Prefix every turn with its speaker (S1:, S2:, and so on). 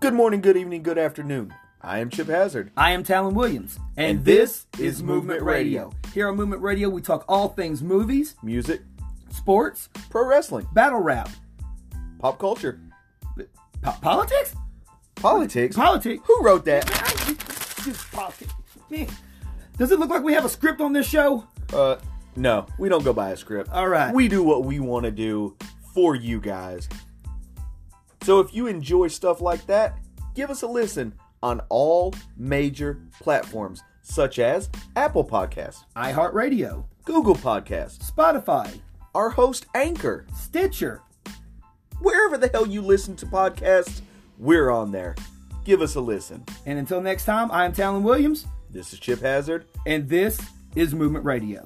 S1: Good morning, good evening, good afternoon. I am Chip Hazard.
S2: I am Talon Williams, and,
S1: And
S2: this,
S1: this
S2: is
S1: is
S2: Movement
S1: Movement
S2: Radio. Here on Movement Radio, we talk all things movies,
S1: Music,
S2: sports,
S1: pro wrestling,
S2: battle rap,
S1: pop culture,
S2: po- politics,
S1: politics.
S2: politics.
S1: Who wrote that?
S2: Just politics. Man, Does it look like we have a script on this show?
S1: Uh, no, we don't go by a script.
S2: All right.
S1: We do what we want to do for you guys. So if you enjoy stuff like that, give us a listen on all major platforms such as Apple Podcasts,
S2: iHeartRadio,
S1: Google Podcasts,
S2: Spotify,
S1: our host Anchor,
S2: Stitcher.
S1: wherever the hell you listen to podcasts, we're on there. Give us a listen.
S2: And until next time, I am Talon Williams,
S1: This is Chip Hazard.
S2: and this is Movement Radio.